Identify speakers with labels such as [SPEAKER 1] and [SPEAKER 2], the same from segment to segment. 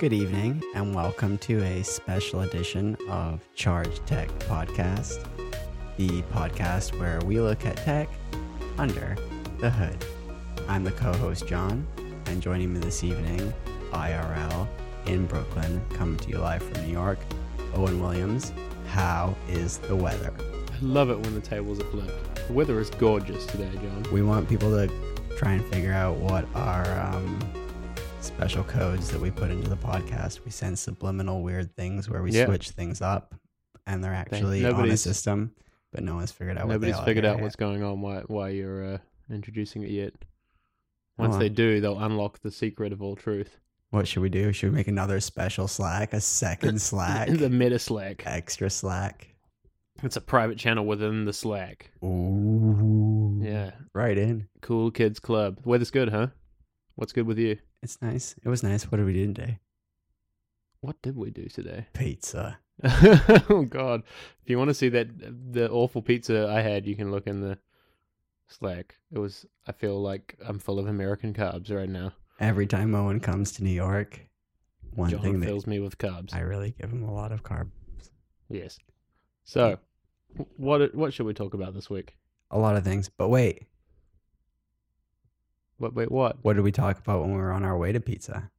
[SPEAKER 1] Good evening, and welcome to a special edition of Charge Tech Podcast, the podcast where we look at tech under the hood. I'm the co host, John, and joining me this evening, IRL in Brooklyn, coming to you live from New York, Owen Williams. How is the weather?
[SPEAKER 2] I love it when the tables are flipped. The weather is gorgeous today, John.
[SPEAKER 1] We want people to try and figure out what our um, special codes that we put into the podcast. We send subliminal weird things where we
[SPEAKER 2] Yeah.
[SPEAKER 1] switch things up, and they're actually on a
[SPEAKER 2] nobody's-
[SPEAKER 1] system, but no one's figured out.
[SPEAKER 2] Nobody's
[SPEAKER 1] what they are
[SPEAKER 2] figured
[SPEAKER 1] yet.
[SPEAKER 2] out what's going on, why, why you're uh, introducing it yet.
[SPEAKER 1] Oh,
[SPEAKER 2] Once
[SPEAKER 1] well.
[SPEAKER 2] they do, they'll unlock the secret of all truth.
[SPEAKER 1] What should we do? Should we make another special Slack, a second Slack,
[SPEAKER 2] the meta Slack.
[SPEAKER 1] extra Slack?
[SPEAKER 2] It's a private channel within the Slack.
[SPEAKER 1] Ooh,
[SPEAKER 2] Yeah.
[SPEAKER 1] right in.
[SPEAKER 2] Cool Kids Club. Weather's good, huh? What's good with you?
[SPEAKER 1] It's nice. It was nice. What did we do today?
[SPEAKER 2] What did we do today?
[SPEAKER 1] Pizza.
[SPEAKER 2] oh God! If you want to see that the awful pizza I had, you can look in the Slack. It was. I feel like I'm full of American carbs right now.
[SPEAKER 1] Every time Owen comes to New York, one
[SPEAKER 2] John
[SPEAKER 1] thing that
[SPEAKER 2] fills me with carbs.
[SPEAKER 1] I really give him a lot of carb.
[SPEAKER 2] Yes. So, wh- what what should we talk about this week?
[SPEAKER 1] A lot of things. But wait,
[SPEAKER 2] What? Wait, what?
[SPEAKER 1] what did we talk about when we were on our way to pizza?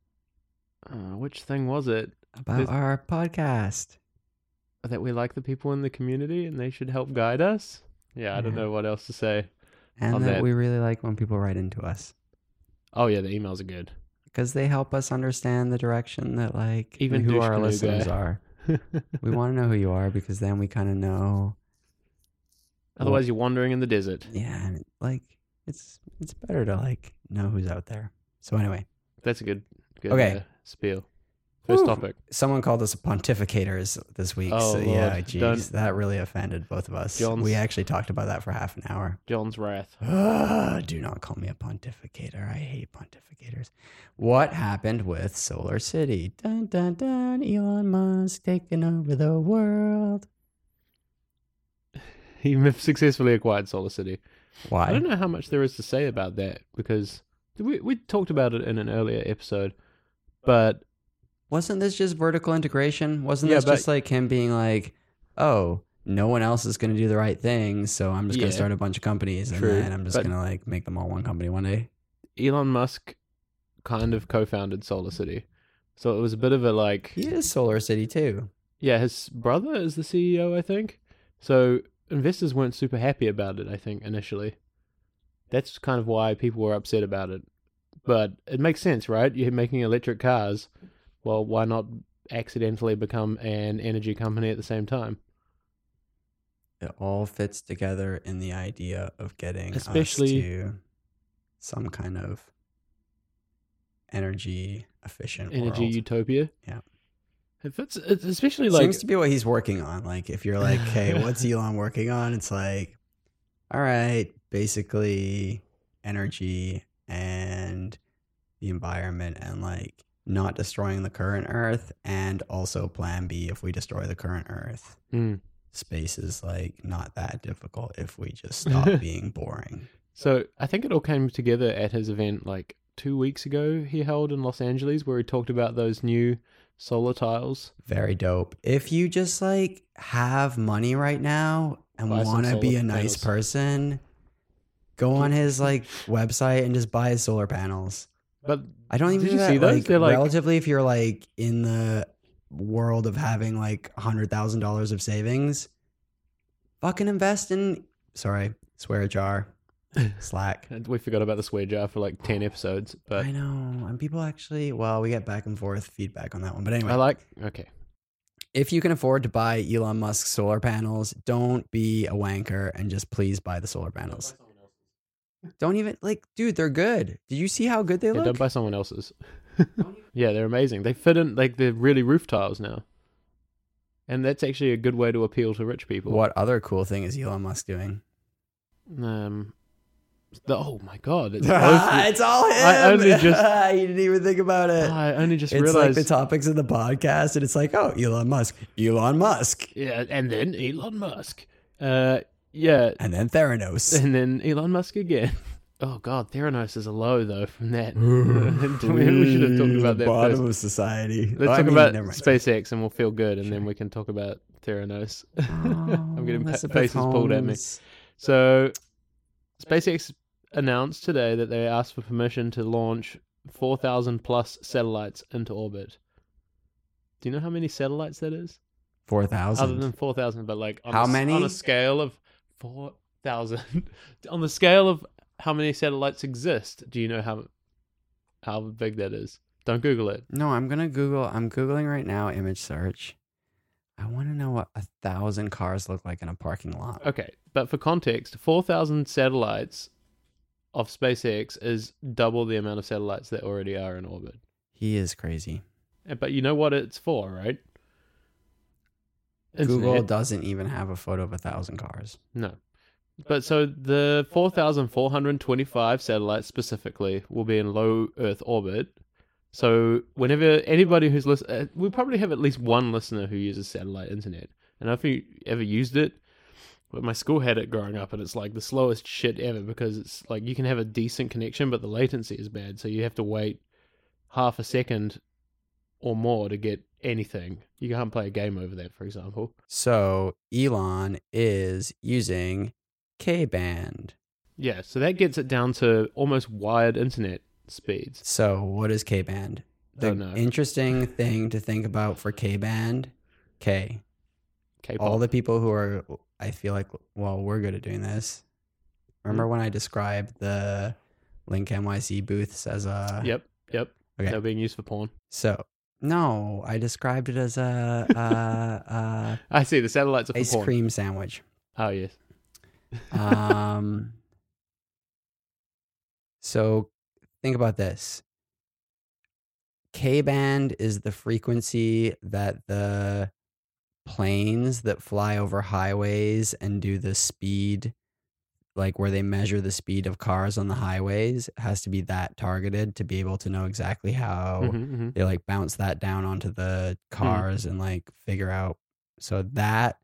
[SPEAKER 2] Uh, which thing was it
[SPEAKER 1] About
[SPEAKER 2] This-
[SPEAKER 1] our podcast.
[SPEAKER 2] that we like the people in the community and they should help guide us? Yeah, I don't
[SPEAKER 1] Yeah.
[SPEAKER 2] know what else to say.
[SPEAKER 1] And
[SPEAKER 2] On
[SPEAKER 1] that
[SPEAKER 2] that-
[SPEAKER 1] we really like when people write into us
[SPEAKER 2] Oh yeah, the emails are good.
[SPEAKER 1] because they help us understand the direction that, like,
[SPEAKER 2] Even
[SPEAKER 1] who
[SPEAKER 2] douche
[SPEAKER 1] our
[SPEAKER 2] canoe
[SPEAKER 1] listeners
[SPEAKER 2] guy.
[SPEAKER 1] are. We want to know who you are because then we kind of know.
[SPEAKER 2] Otherwise, you're wandering in the desert.
[SPEAKER 1] Yeah, and like it's it's better to like know who's out there. So anyway,
[SPEAKER 2] That's a good, good
[SPEAKER 1] Okay.
[SPEAKER 2] uh, spiel. First
[SPEAKER 1] Whew.
[SPEAKER 2] topic.
[SPEAKER 1] someone called us pontificators this week.
[SPEAKER 2] Oh,
[SPEAKER 1] so yeah,
[SPEAKER 2] Lord.
[SPEAKER 1] jeez,
[SPEAKER 2] Don't-
[SPEAKER 1] that really offended both of us.
[SPEAKER 2] John's-
[SPEAKER 1] We actually talked about that for half an hour.
[SPEAKER 2] John's wrath.
[SPEAKER 1] Ah, do not call me a pontificator. I hate pontificators. What happened with Solar City? Dun dun dun. Elon Musk taking over the world.
[SPEAKER 2] He m- successfully acquired Solar City. I
[SPEAKER 1] Why?
[SPEAKER 2] don't know how much there is to say about that because we we talked about it in an earlier episode, but
[SPEAKER 1] Wasn't this just vertical integration? Wasn't
[SPEAKER 2] Yeah,
[SPEAKER 1] this
[SPEAKER 2] but-
[SPEAKER 1] just like him being like, oh, no one else is going to do the right thing, so I'm just going
[SPEAKER 2] Yeah.
[SPEAKER 1] to start a bunch of companies and
[SPEAKER 2] True,
[SPEAKER 1] then I'm just
[SPEAKER 2] but-
[SPEAKER 1] going to like make them all one company one day.
[SPEAKER 2] Elon Musk kind of co-founded Solar City, so it was a bit of a like
[SPEAKER 1] He is Solar City too.
[SPEAKER 2] yeah, his brother is the CEO, I think. So investors weren't super happy about it, I think, initially. That's kind of why people were upset about it. But it makes sense, right? You're making electric cars. Well, why not accidentally become an energy company at the same time?
[SPEAKER 1] It all fits together in the idea of getting
[SPEAKER 2] Especially-
[SPEAKER 1] us to some kind of energy efficient
[SPEAKER 2] Energy
[SPEAKER 1] world.
[SPEAKER 2] utopia.
[SPEAKER 1] Yeah.
[SPEAKER 2] If it's, it's especially like
[SPEAKER 1] seems to be what he's working on. Like if you're like, hey, what's Elon working on? It's like, all right, basically energy and the environment and like not destroying the current Earth and also plan B if we destroy the current Earth.
[SPEAKER 2] Hmm.
[SPEAKER 1] Space is like not that difficult if we just stop being boring.
[SPEAKER 2] So I think it all came together at his event like two weeks ago he held in Los Angeles where he talked about those new solar tiles.
[SPEAKER 1] Very dope. If you just like have money right now and
[SPEAKER 2] Buy some
[SPEAKER 1] want to be
[SPEAKER 2] solar
[SPEAKER 1] a nice
[SPEAKER 2] panels.
[SPEAKER 1] person, go on his like website and just buy his solar panels.
[SPEAKER 2] But
[SPEAKER 1] I don't even
[SPEAKER 2] Did
[SPEAKER 1] do
[SPEAKER 2] you
[SPEAKER 1] that,
[SPEAKER 2] see those?
[SPEAKER 1] Like,
[SPEAKER 2] They're, like-
[SPEAKER 1] relatively, if you're like in the world of having like hundred thousand dollars of savings, fucking invest in. Sorry, swear jar, Slack.
[SPEAKER 2] and we forgot about the swear jar for like 10 episodes. But
[SPEAKER 1] I know, and people actually. Well, we get back and forth feedback on that one, but anyway,
[SPEAKER 2] I like, okay.
[SPEAKER 1] if you can afford to buy Elon Musk's solar panels, don't be a wanker and just please buy the solar panels. Don't even like, dude, they're good. Did you see how good they
[SPEAKER 2] Yeah,
[SPEAKER 1] look?
[SPEAKER 2] don't buy someone else's. yeah, they're amazing. They fit in, like, they're really roof tiles now. And that's actually a good way to appeal to rich people.
[SPEAKER 1] what other cool thing is Elon Musk doing?
[SPEAKER 2] Um, the, oh my God. It's both-
[SPEAKER 1] it's all him.
[SPEAKER 2] I only just-
[SPEAKER 1] you didn't even think about it.
[SPEAKER 2] I only just
[SPEAKER 1] it's like
[SPEAKER 2] realized.
[SPEAKER 1] the topics of the podcast, and it's like, oh, Elon Musk, Elon Musk,
[SPEAKER 2] yeah, and then Elon Musk. Uh, yeah,
[SPEAKER 1] and then Theranos.
[SPEAKER 2] and then Elon Musk again. Oh god, Theranos is a low though from that. we should have talked about that
[SPEAKER 1] bottom
[SPEAKER 2] first.
[SPEAKER 1] of society.
[SPEAKER 2] Let's
[SPEAKER 1] Oh, I
[SPEAKER 2] talk
[SPEAKER 1] mean,
[SPEAKER 2] about
[SPEAKER 1] never mind.
[SPEAKER 2] SpaceX and we'll feel good, and then
[SPEAKER 1] Sure.
[SPEAKER 2] we can talk about Theranos.
[SPEAKER 1] I'm
[SPEAKER 2] getting pa- faces pulled at me. So, SpaceX announced today that they asked for permission to launch 4,000 plus satellites into orbit. Do you know how many satellites that is?
[SPEAKER 1] Four
[SPEAKER 2] Other
[SPEAKER 1] thousand.
[SPEAKER 2] than 4,000, but like on,
[SPEAKER 1] How
[SPEAKER 2] a, s- on
[SPEAKER 1] many?
[SPEAKER 2] a scale of 4,000. on the scale of how many satellites exist, do you know how how big that is? Don't Google it.
[SPEAKER 1] No, I'm gonna Google. I'm googling right now. Image search. I want to know what a thousand cars look like in a parking lot.
[SPEAKER 2] Okay, but for context, 4,000 satellites of SpaceX is double the amount of satellites that already are in orbit.
[SPEAKER 1] He is crazy.
[SPEAKER 2] Uh, But you know what it's for, right?
[SPEAKER 1] Google
[SPEAKER 2] Internet.
[SPEAKER 1] doesn't even have a photo of a thousand cars.
[SPEAKER 2] No. But so the 4,425 satellites specifically will be in low Earth orbit. So whenever anybody who's listening, uh, we probably have at least one listener who uses satellite internet. And if you ever used it, but my school had it growing up, and it's like the slowest shit ever because it's like you can have a decent connection, but the latency is bad. So you have to wait half a second or more to get anything. You can't play a game over that, for example.
[SPEAKER 1] So Elon is using K band.
[SPEAKER 2] Yeah, so that gets it down to almost wired internet speeds.
[SPEAKER 1] So what is K band? The
[SPEAKER 2] Oh, no.
[SPEAKER 1] interesting thing to think about for K band, K.
[SPEAKER 2] K-pop.
[SPEAKER 1] All the people who are, I feel like, well, we're good at doing this. Remember when I described the Link NYC booths as a?
[SPEAKER 2] Yep, yep.
[SPEAKER 1] Okay.
[SPEAKER 2] They're being used for porn.
[SPEAKER 1] So no, I described it as a, a, a
[SPEAKER 2] I see. The satellites are for
[SPEAKER 1] ice
[SPEAKER 2] porn.
[SPEAKER 1] cream sandwich.
[SPEAKER 2] Oh yes.
[SPEAKER 1] Um, so think about this. K band is the frequency that the planes that fly over highways and do the speed, like where they measure the speed of cars on the highways, has to be that targeted to be able to know exactly how
[SPEAKER 2] Mhm, mhm.
[SPEAKER 1] they like bounce that down onto the
[SPEAKER 2] Mm.
[SPEAKER 1] cars and like figure out so that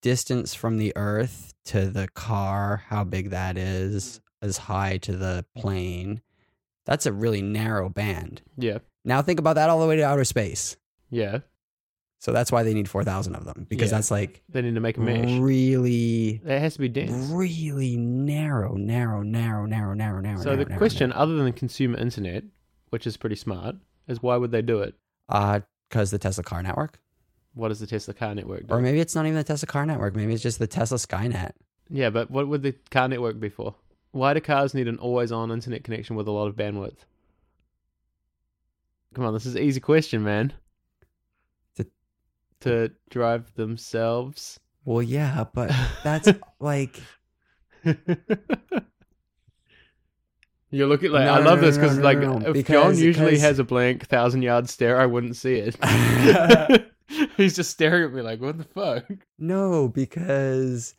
[SPEAKER 1] distance from the earth to the car how big that is
[SPEAKER 2] Mm.
[SPEAKER 1] as high to the plane that's a really narrow band
[SPEAKER 2] Yeah,
[SPEAKER 1] now think about that all the way to outer space
[SPEAKER 2] yeah.
[SPEAKER 1] so that's why they need 4000 of them because
[SPEAKER 2] Yeah.
[SPEAKER 1] that's like
[SPEAKER 2] They need to make a mesh.
[SPEAKER 1] really
[SPEAKER 2] That has to be dense.
[SPEAKER 1] really narrow narrow narrow narrow narrow narrow
[SPEAKER 2] So the
[SPEAKER 1] narrow, narrow,
[SPEAKER 2] question, other than consumer internet, which is pretty smart, is why would they do it?
[SPEAKER 1] narrow. uh because the tesla car network
[SPEAKER 2] What does the Tesla car network do?
[SPEAKER 1] Or maybe it's not even the Tesla car network. Maybe it's just the Tesla Skynet.
[SPEAKER 2] yeah, but what would the car network be for? Why do cars need an always-on internet connection with a lot of bandwidth? Come on, this is an easy question, man.
[SPEAKER 1] To-
[SPEAKER 2] to drive themselves.
[SPEAKER 1] Well, yeah, but that's like
[SPEAKER 2] You're looking like
[SPEAKER 1] No,
[SPEAKER 2] I
[SPEAKER 1] no,
[SPEAKER 2] love
[SPEAKER 1] no,
[SPEAKER 2] this
[SPEAKER 1] no,
[SPEAKER 2] because
[SPEAKER 1] no,
[SPEAKER 2] like
[SPEAKER 1] no, no,
[SPEAKER 2] if John
[SPEAKER 1] because-
[SPEAKER 2] usually
[SPEAKER 1] because-
[SPEAKER 2] has a blank thousand yard stare, I wouldn't see it. He's just staring at me like, what the fuck?
[SPEAKER 1] no, because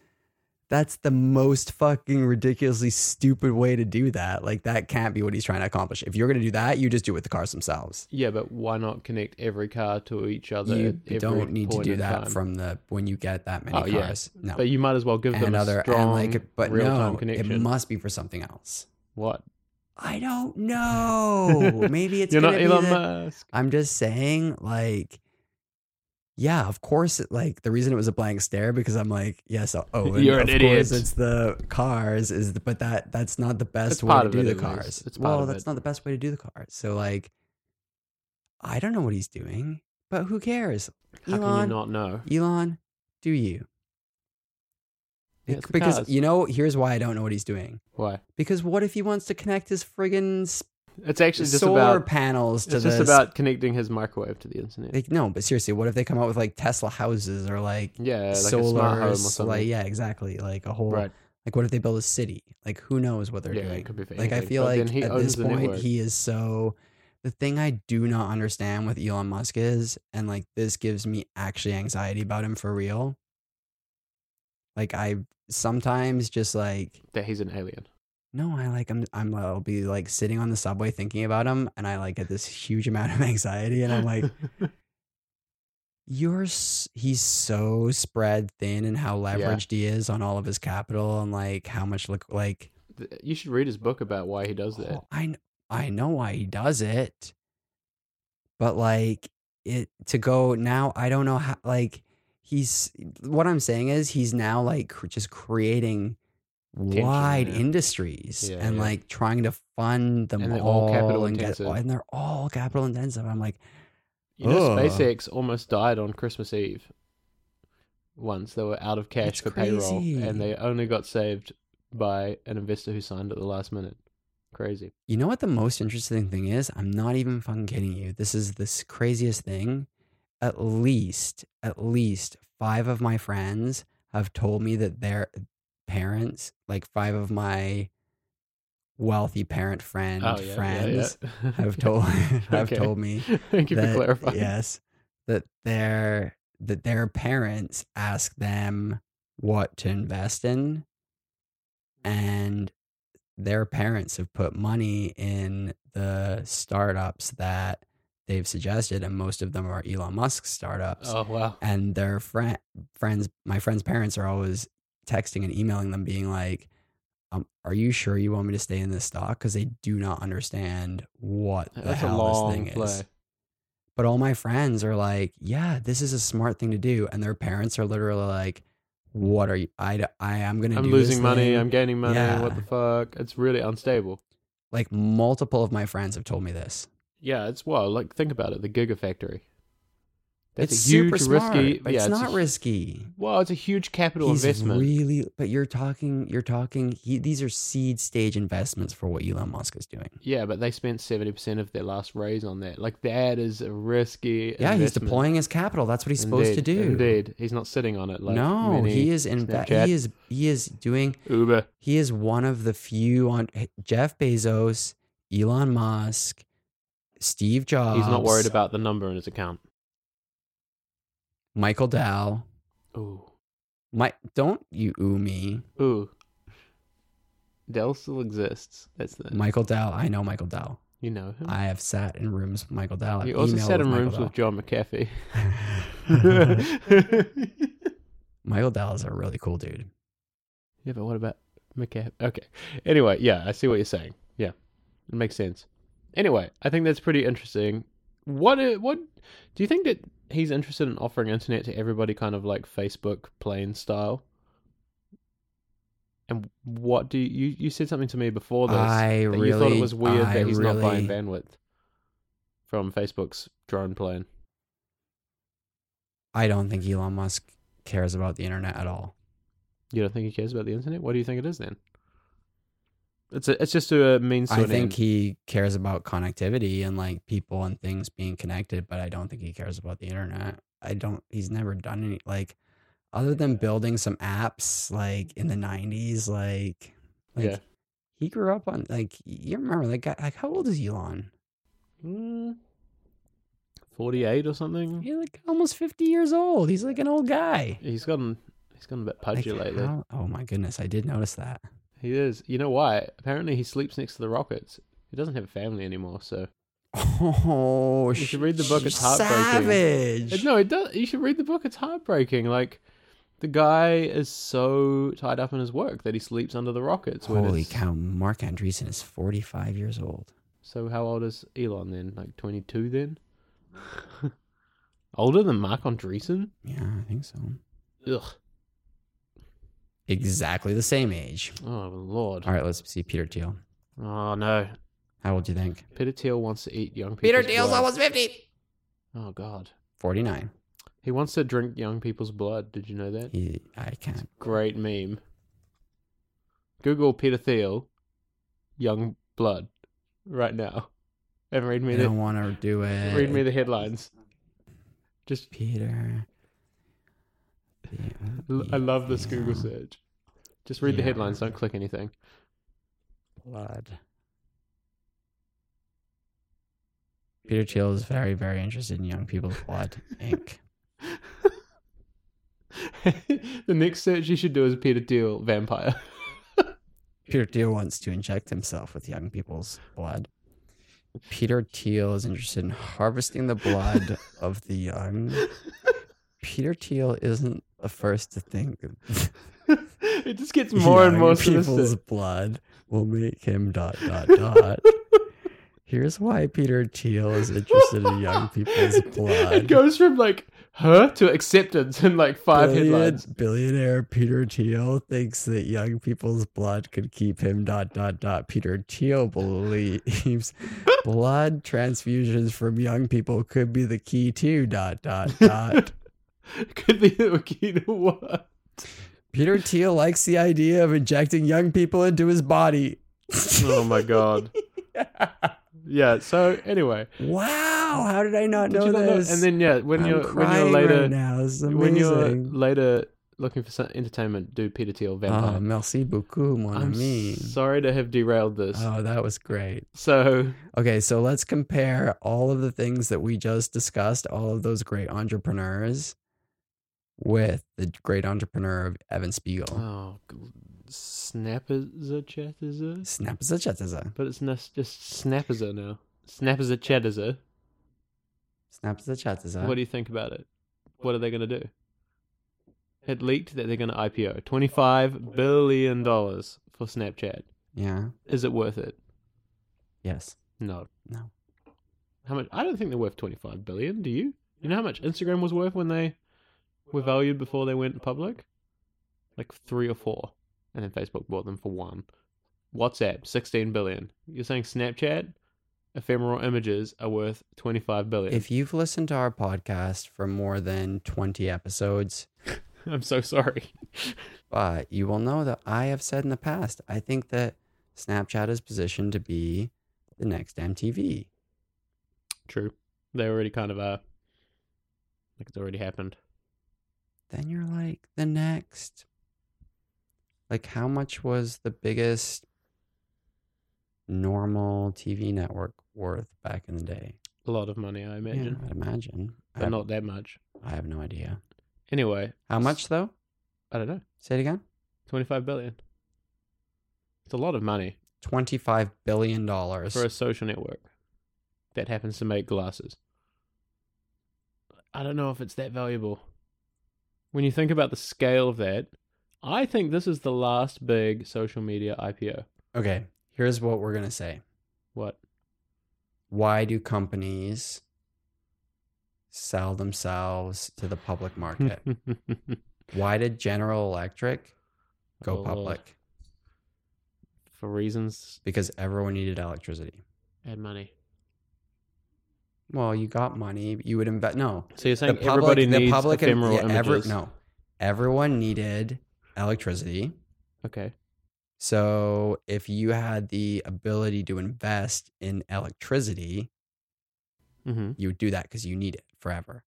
[SPEAKER 1] that's the most fucking ridiculously stupid way to do that. Like that can't be what he's trying to accomplish. If you're gonna do that, you just do it with the cars themselves.
[SPEAKER 2] Yeah, but why not connect every car to each other?
[SPEAKER 1] You
[SPEAKER 2] at every
[SPEAKER 1] don't need to
[SPEAKER 2] point
[SPEAKER 1] do
[SPEAKER 2] in
[SPEAKER 1] that
[SPEAKER 2] time?
[SPEAKER 1] from the when you get that many
[SPEAKER 2] Oh, yeah.
[SPEAKER 1] cars. No,
[SPEAKER 2] But you might as well give them
[SPEAKER 1] and other
[SPEAKER 2] a strong,
[SPEAKER 1] and like, but
[SPEAKER 2] real-time
[SPEAKER 1] no,
[SPEAKER 2] connection.
[SPEAKER 1] it must be for something else.
[SPEAKER 2] what?
[SPEAKER 1] I don't know. Maybe it's
[SPEAKER 2] You're not
[SPEAKER 1] gonna be
[SPEAKER 2] Elon
[SPEAKER 1] the-
[SPEAKER 2] Musk.
[SPEAKER 1] I'm just saying, like, yeah, of course. It, like the reason it was a blank stare because I'm like, yes, oh, and
[SPEAKER 2] You're an
[SPEAKER 1] of course
[SPEAKER 2] idiot.
[SPEAKER 1] It's the cars, is the, but that that's not the best
[SPEAKER 2] It's
[SPEAKER 1] way
[SPEAKER 2] part
[SPEAKER 1] to
[SPEAKER 2] of
[SPEAKER 1] do
[SPEAKER 2] it,
[SPEAKER 1] the
[SPEAKER 2] anyways.
[SPEAKER 1] cars.
[SPEAKER 2] It's part
[SPEAKER 1] well,
[SPEAKER 2] of
[SPEAKER 1] that's
[SPEAKER 2] it.
[SPEAKER 1] not the best way to do the cars. So like, I don't know what he's doing, but who cares?
[SPEAKER 2] How can you
[SPEAKER 1] Elon,
[SPEAKER 2] not know?
[SPEAKER 1] Elon, do you?
[SPEAKER 2] Yeah,
[SPEAKER 1] Bec-
[SPEAKER 2] it's the
[SPEAKER 1] because
[SPEAKER 2] cars.
[SPEAKER 1] you know, here's why I don't know what he's doing.
[SPEAKER 2] Why?
[SPEAKER 1] Because what if he wants to connect his friggin' s-
[SPEAKER 2] It's actually just
[SPEAKER 1] solar
[SPEAKER 2] about
[SPEAKER 1] panels to
[SPEAKER 2] it's
[SPEAKER 1] this?
[SPEAKER 2] just about connecting his microwave to the internet.
[SPEAKER 1] Like no, but seriously, what if they come out with like Tesla houses or like
[SPEAKER 2] yeah, like a
[SPEAKER 1] solar,
[SPEAKER 2] smart home or
[SPEAKER 1] s-
[SPEAKER 2] something.
[SPEAKER 1] like yeah, exactly, like a whole
[SPEAKER 2] Right.
[SPEAKER 1] like what if they build a city? Like who knows what they're
[SPEAKER 2] yeah, it
[SPEAKER 1] doing?
[SPEAKER 2] could be for
[SPEAKER 1] Like I
[SPEAKER 2] anything.
[SPEAKER 1] feel
[SPEAKER 2] But
[SPEAKER 1] like
[SPEAKER 2] then he
[SPEAKER 1] at
[SPEAKER 2] owns
[SPEAKER 1] this
[SPEAKER 2] the
[SPEAKER 1] point
[SPEAKER 2] network.
[SPEAKER 1] he is so. The thing I do not understand with Elon Musk is, and like this gives me actually anxiety about him for real. Like I sometimes just like
[SPEAKER 2] that he's an alien.
[SPEAKER 1] no, I like I'm I'm I'll be like sitting on the subway thinking about him, and I like get this huge amount of anxiety, and I'm like. you're s- he's so spread thin and how leveraged he is on all of his capital and like how much look like
[SPEAKER 2] th- you should read his book about why he does that.
[SPEAKER 1] Oh, I kn- I know why he does it, but like it to go now. I don't know how. Like he's what I'm saying is he's now like cr- just creating wide
[SPEAKER 2] yeah.
[SPEAKER 1] industries
[SPEAKER 2] Yeah,
[SPEAKER 1] and
[SPEAKER 2] yeah.
[SPEAKER 1] like trying to fund them
[SPEAKER 2] And they're all
[SPEAKER 1] all,
[SPEAKER 2] capital
[SPEAKER 1] and get,
[SPEAKER 2] intensive.
[SPEAKER 1] and they're all capital intensive. I'm like,
[SPEAKER 2] You know,
[SPEAKER 1] Ugh.
[SPEAKER 2] SpaceX almost died on Christmas Eve. Once they were out of cash
[SPEAKER 1] That's
[SPEAKER 2] for
[SPEAKER 1] crazy.
[SPEAKER 2] payroll, and they only got saved by an investor who signed at the last minute. Crazy.
[SPEAKER 1] You know what the most interesting thing is? I'm not even fucking kidding you. This is the s- craziest thing. At least, at least five of my friends have told me that their parents, like five of my wealthy parent friend
[SPEAKER 2] oh yeah,
[SPEAKER 1] friends,
[SPEAKER 2] yeah, yeah.
[SPEAKER 1] have told have
[SPEAKER 2] Okay.
[SPEAKER 1] told me
[SPEAKER 2] Thank you
[SPEAKER 1] that,
[SPEAKER 2] for clarifying.
[SPEAKER 1] Yes, that their that their parents ask them what to invest in, and their parents have put money in the startups that they've suggested, and most of them are Elon Musk startups.
[SPEAKER 2] Oh wow.
[SPEAKER 1] And their friend friends, my friends' parents are always texting and emailing them, being like. Um, are you sure you want me to stay in this stock? Because they do not understand what the
[SPEAKER 2] That's a
[SPEAKER 1] hell
[SPEAKER 2] long
[SPEAKER 1] this thing
[SPEAKER 2] play.
[SPEAKER 1] is. But all my friends are like, yeah, this is a smart thing to do. And their parents are literally like, what are you? I, I am going to do
[SPEAKER 2] I'm
[SPEAKER 1] this
[SPEAKER 2] losing money.
[SPEAKER 1] thing."
[SPEAKER 2] I'm gaining money. What
[SPEAKER 1] Yeah.
[SPEAKER 2] the fuck? It's really unstable.
[SPEAKER 1] like, multiple of my friends have told me this.
[SPEAKER 2] Yeah, it's wild. Like think about it. The Gigafactory. That's
[SPEAKER 1] it's
[SPEAKER 2] a huge
[SPEAKER 1] super smart,
[SPEAKER 2] risky.
[SPEAKER 1] but
[SPEAKER 2] yeah,
[SPEAKER 1] it's not
[SPEAKER 2] a, hu-
[SPEAKER 1] risky.
[SPEAKER 2] Well, it's a huge capital
[SPEAKER 1] He's
[SPEAKER 2] investment.
[SPEAKER 1] really, but you're talking, you're talking, he, these are seed stage investments for what Elon Musk is doing.
[SPEAKER 2] Yeah, but they spent seventy percent of their last raise on that. Like that is a risky.
[SPEAKER 1] Yeah, he's
[SPEAKER 2] investment.
[SPEAKER 1] deploying his capital. That's what he's supposed to
[SPEAKER 2] Indeed,
[SPEAKER 1] do.
[SPEAKER 2] Indeed, he's not sitting on it. Like
[SPEAKER 1] no,
[SPEAKER 2] many-
[SPEAKER 1] he is in fact,
[SPEAKER 2] Snapchat.
[SPEAKER 1] he is, he is doing
[SPEAKER 2] Uber.
[SPEAKER 1] He is one of the few on eh, Jeff Bezos, Elon Musk, Steve Jobs.
[SPEAKER 2] He's not worried about the number in his account.
[SPEAKER 1] Michael Dow.
[SPEAKER 2] Ooh,
[SPEAKER 1] My, don't you ooh me,
[SPEAKER 2] ooh. Dell still exists. That's the
[SPEAKER 1] Michael Dow. I know Michael Dow.
[SPEAKER 2] you know. Him.
[SPEAKER 1] I have sat in rooms with Michael Dow. I've
[SPEAKER 2] Hmm. you also
[SPEAKER 1] emailed
[SPEAKER 2] sat in
[SPEAKER 1] with
[SPEAKER 2] rooms with
[SPEAKER 1] Michael
[SPEAKER 2] John McAfee.
[SPEAKER 1] Dow.
[SPEAKER 2] yeah,
[SPEAKER 1] Michael Dow is a really cool dude.
[SPEAKER 2] but what about McAfee? Okay. Anyway, yeah, I see what you're saying. Yeah, it makes sense. Anyway, I think that's pretty interesting. What? i- What? Do you think that he's interested in offering internet to everybody, kind of like Facebook plain style? And what do you? You, you said something to me before this.
[SPEAKER 1] I
[SPEAKER 2] that
[SPEAKER 1] really
[SPEAKER 2] you thought it was weird
[SPEAKER 1] I
[SPEAKER 2] that he's
[SPEAKER 1] really,
[SPEAKER 2] not buying bandwidth from Facebook's drone plane.
[SPEAKER 1] I don't think Elon Musk cares about the internet at all.
[SPEAKER 2] You don't think he cares about the internet? What do you think it is then? It's a, it's just a means to
[SPEAKER 1] I
[SPEAKER 2] an
[SPEAKER 1] think
[SPEAKER 2] end.
[SPEAKER 1] he cares about connectivity and like people and things being connected, but I don't think he cares about the internet. I don't, he's never done any, like, other than building some apps like in the 90s, like, like
[SPEAKER 2] Yeah.
[SPEAKER 1] he grew up on, like, you remember that guy, like, how old is Elon?
[SPEAKER 2] Mm, Forty-eight or something.
[SPEAKER 1] He's like almost 50 years old. He's like an old guy.
[SPEAKER 2] He's gotten he's gotten a bit
[SPEAKER 1] Like,
[SPEAKER 2] pudgy lately.
[SPEAKER 1] how- oh my goodness, I did notice that.
[SPEAKER 2] He is. You know why? Apparently, he sleeps next to the rockets. He doesn't have a family anymore, so
[SPEAKER 1] Oh,
[SPEAKER 2] You should read the
[SPEAKER 1] sh-
[SPEAKER 2] book, it's heartbreaking.
[SPEAKER 1] Savage.
[SPEAKER 2] no, it does. You should read the book. It's heartbreaking. Like the guy is so tied up in his work that he sleeps under the rockets. When
[SPEAKER 1] Holy
[SPEAKER 2] it's-
[SPEAKER 1] cow, Mark Andreessen is 45 years old.
[SPEAKER 2] So how old is Elon then? Like twenty-two then? Older than Mark Andreessen?
[SPEAKER 1] Yeah, I think so.
[SPEAKER 2] Ugh.
[SPEAKER 1] Exactly the same age.
[SPEAKER 2] Oh lord.
[SPEAKER 1] All right, let's see Peter Thiel.
[SPEAKER 2] Oh no.
[SPEAKER 1] How old do you think?
[SPEAKER 2] Peter Thiel wants to eat young people.
[SPEAKER 1] Peter Thiel's almost 50.
[SPEAKER 2] Oh god.
[SPEAKER 1] 49.
[SPEAKER 2] He wants to drink young people's blood. Did you know that?
[SPEAKER 1] He, I can't.
[SPEAKER 2] Great meme. Google Peter Thiel, young blood, right now, and read
[SPEAKER 1] I
[SPEAKER 2] me
[SPEAKER 1] don't
[SPEAKER 2] the
[SPEAKER 1] want to do it.
[SPEAKER 2] read me the headlines. Just
[SPEAKER 1] Peter. Thi-
[SPEAKER 2] l- I love this Google
[SPEAKER 1] Thiel
[SPEAKER 2] search. Just read the
[SPEAKER 1] Yeah.
[SPEAKER 2] headlines. Don't click anything.
[SPEAKER 1] Blood. Peter Thiel is very, very interested in young people's blood. Inc.
[SPEAKER 2] the next search you should do is Peter Thiel vampire.
[SPEAKER 1] Peter Thiel wants to inject himself with young people's blood. Peter Thiel is interested in harvesting the blood of the young. Peter Thiel isn't the first to think.
[SPEAKER 2] It just gets more and
[SPEAKER 1] Young
[SPEAKER 2] more
[SPEAKER 1] people's
[SPEAKER 2] sinister.
[SPEAKER 1] blood will make him dot dot dot. Here's why Peter Thiel is interested in young people's
[SPEAKER 2] It
[SPEAKER 1] blood.
[SPEAKER 2] goes from like her to acceptance in like five
[SPEAKER 1] Billion-
[SPEAKER 2] headlines.
[SPEAKER 1] Billionaire Peter Thiel thinks that young people's blood could keep him dot dot dot. Peter Thiel believes blood transfusions from young people could be the key to dot dot dot.
[SPEAKER 2] Could be the key to what?
[SPEAKER 1] Peter Thiel likes the idea of injecting young people into his body.
[SPEAKER 2] Oh my god. yeah. So anyway,
[SPEAKER 1] Wow, how did I not
[SPEAKER 2] Did
[SPEAKER 1] know
[SPEAKER 2] you not know-
[SPEAKER 1] this?
[SPEAKER 2] and then yeah, when
[SPEAKER 1] I'm
[SPEAKER 2] you're when you're
[SPEAKER 1] crying right
[SPEAKER 2] later
[SPEAKER 1] now, this is amazing.
[SPEAKER 2] when you're later looking for some entertainment, do Peter Thiel
[SPEAKER 1] oh,
[SPEAKER 2] vampire.
[SPEAKER 1] merci beaucoup, mon
[SPEAKER 2] I'm
[SPEAKER 1] ami.
[SPEAKER 2] sorry to have derailed this.
[SPEAKER 1] Oh, that was great.
[SPEAKER 2] so
[SPEAKER 1] Okay, so let's compare all of the things that we just discussed, all of those great entrepreneurs, with the great entrepreneur of Evan Spiegel.
[SPEAKER 2] oh, gl- snap is a chat is a,
[SPEAKER 1] Snap is a chat is a
[SPEAKER 2] but it's not just snap is a now. Snap is a chat is a.
[SPEAKER 1] snap is a chat is
[SPEAKER 2] What do
[SPEAKER 1] a.
[SPEAKER 2] you think about it? What are they going to do? It leaked that they're going to IPO $25 billion for Snapchat.
[SPEAKER 1] Yeah.
[SPEAKER 2] Is it worth it?
[SPEAKER 1] Yes.
[SPEAKER 2] No.
[SPEAKER 1] No.
[SPEAKER 2] How much? I don't think they're worth $25 billion, do you? You know how much Instagram was worth when they were valued before they went public? Like three or four. And then Facebook bought them for one. WhatsApp, $16 billion. You're saying Snapchat? Ephemeral images are worth $25 billion.
[SPEAKER 1] If you've listened to our podcast for more than 20 episodes,
[SPEAKER 2] I'm so sorry.
[SPEAKER 1] But you will know that I have said in the past, I think that Snapchat is positioned to be the next MTV.
[SPEAKER 2] True. They already kind of are. Like it's already happened.
[SPEAKER 1] Then you're like, the next. Like, how much was the biggest normal TV network worth back in the day?
[SPEAKER 2] A lot of money, I imagine.
[SPEAKER 1] Yeah, I'd imagine. I
[SPEAKER 2] But
[SPEAKER 1] have,
[SPEAKER 2] not that much.
[SPEAKER 1] I have no idea.
[SPEAKER 2] Anyway,
[SPEAKER 1] How much, though?
[SPEAKER 2] I don't know.
[SPEAKER 1] Say it again.
[SPEAKER 2] 25 billion. It's a lot of money
[SPEAKER 1] $25 billion.
[SPEAKER 2] for a social network that happens to make glasses. I don't know if it's that valuable. When you think about the scale of that, I think this is the last big social media IPO.
[SPEAKER 1] Okay, here's what we're going to say.
[SPEAKER 2] What?
[SPEAKER 1] why do companies sell themselves to the public market? why did General Electric
[SPEAKER 2] Oh,
[SPEAKER 1] go
[SPEAKER 2] Lord.
[SPEAKER 1] public?
[SPEAKER 2] For reasons
[SPEAKER 1] Because everyone needed electricity.
[SPEAKER 2] and money.
[SPEAKER 1] Well, you got money, you would invest. No,
[SPEAKER 2] So you're saying everybody needs ephemeral
[SPEAKER 1] yeah, every-
[SPEAKER 2] images?
[SPEAKER 1] no, everyone needed electricity.
[SPEAKER 2] Okay.
[SPEAKER 1] So if you had the ability to invest in electricity,
[SPEAKER 2] Mm-hmm.
[SPEAKER 1] you would do that because you need it forever.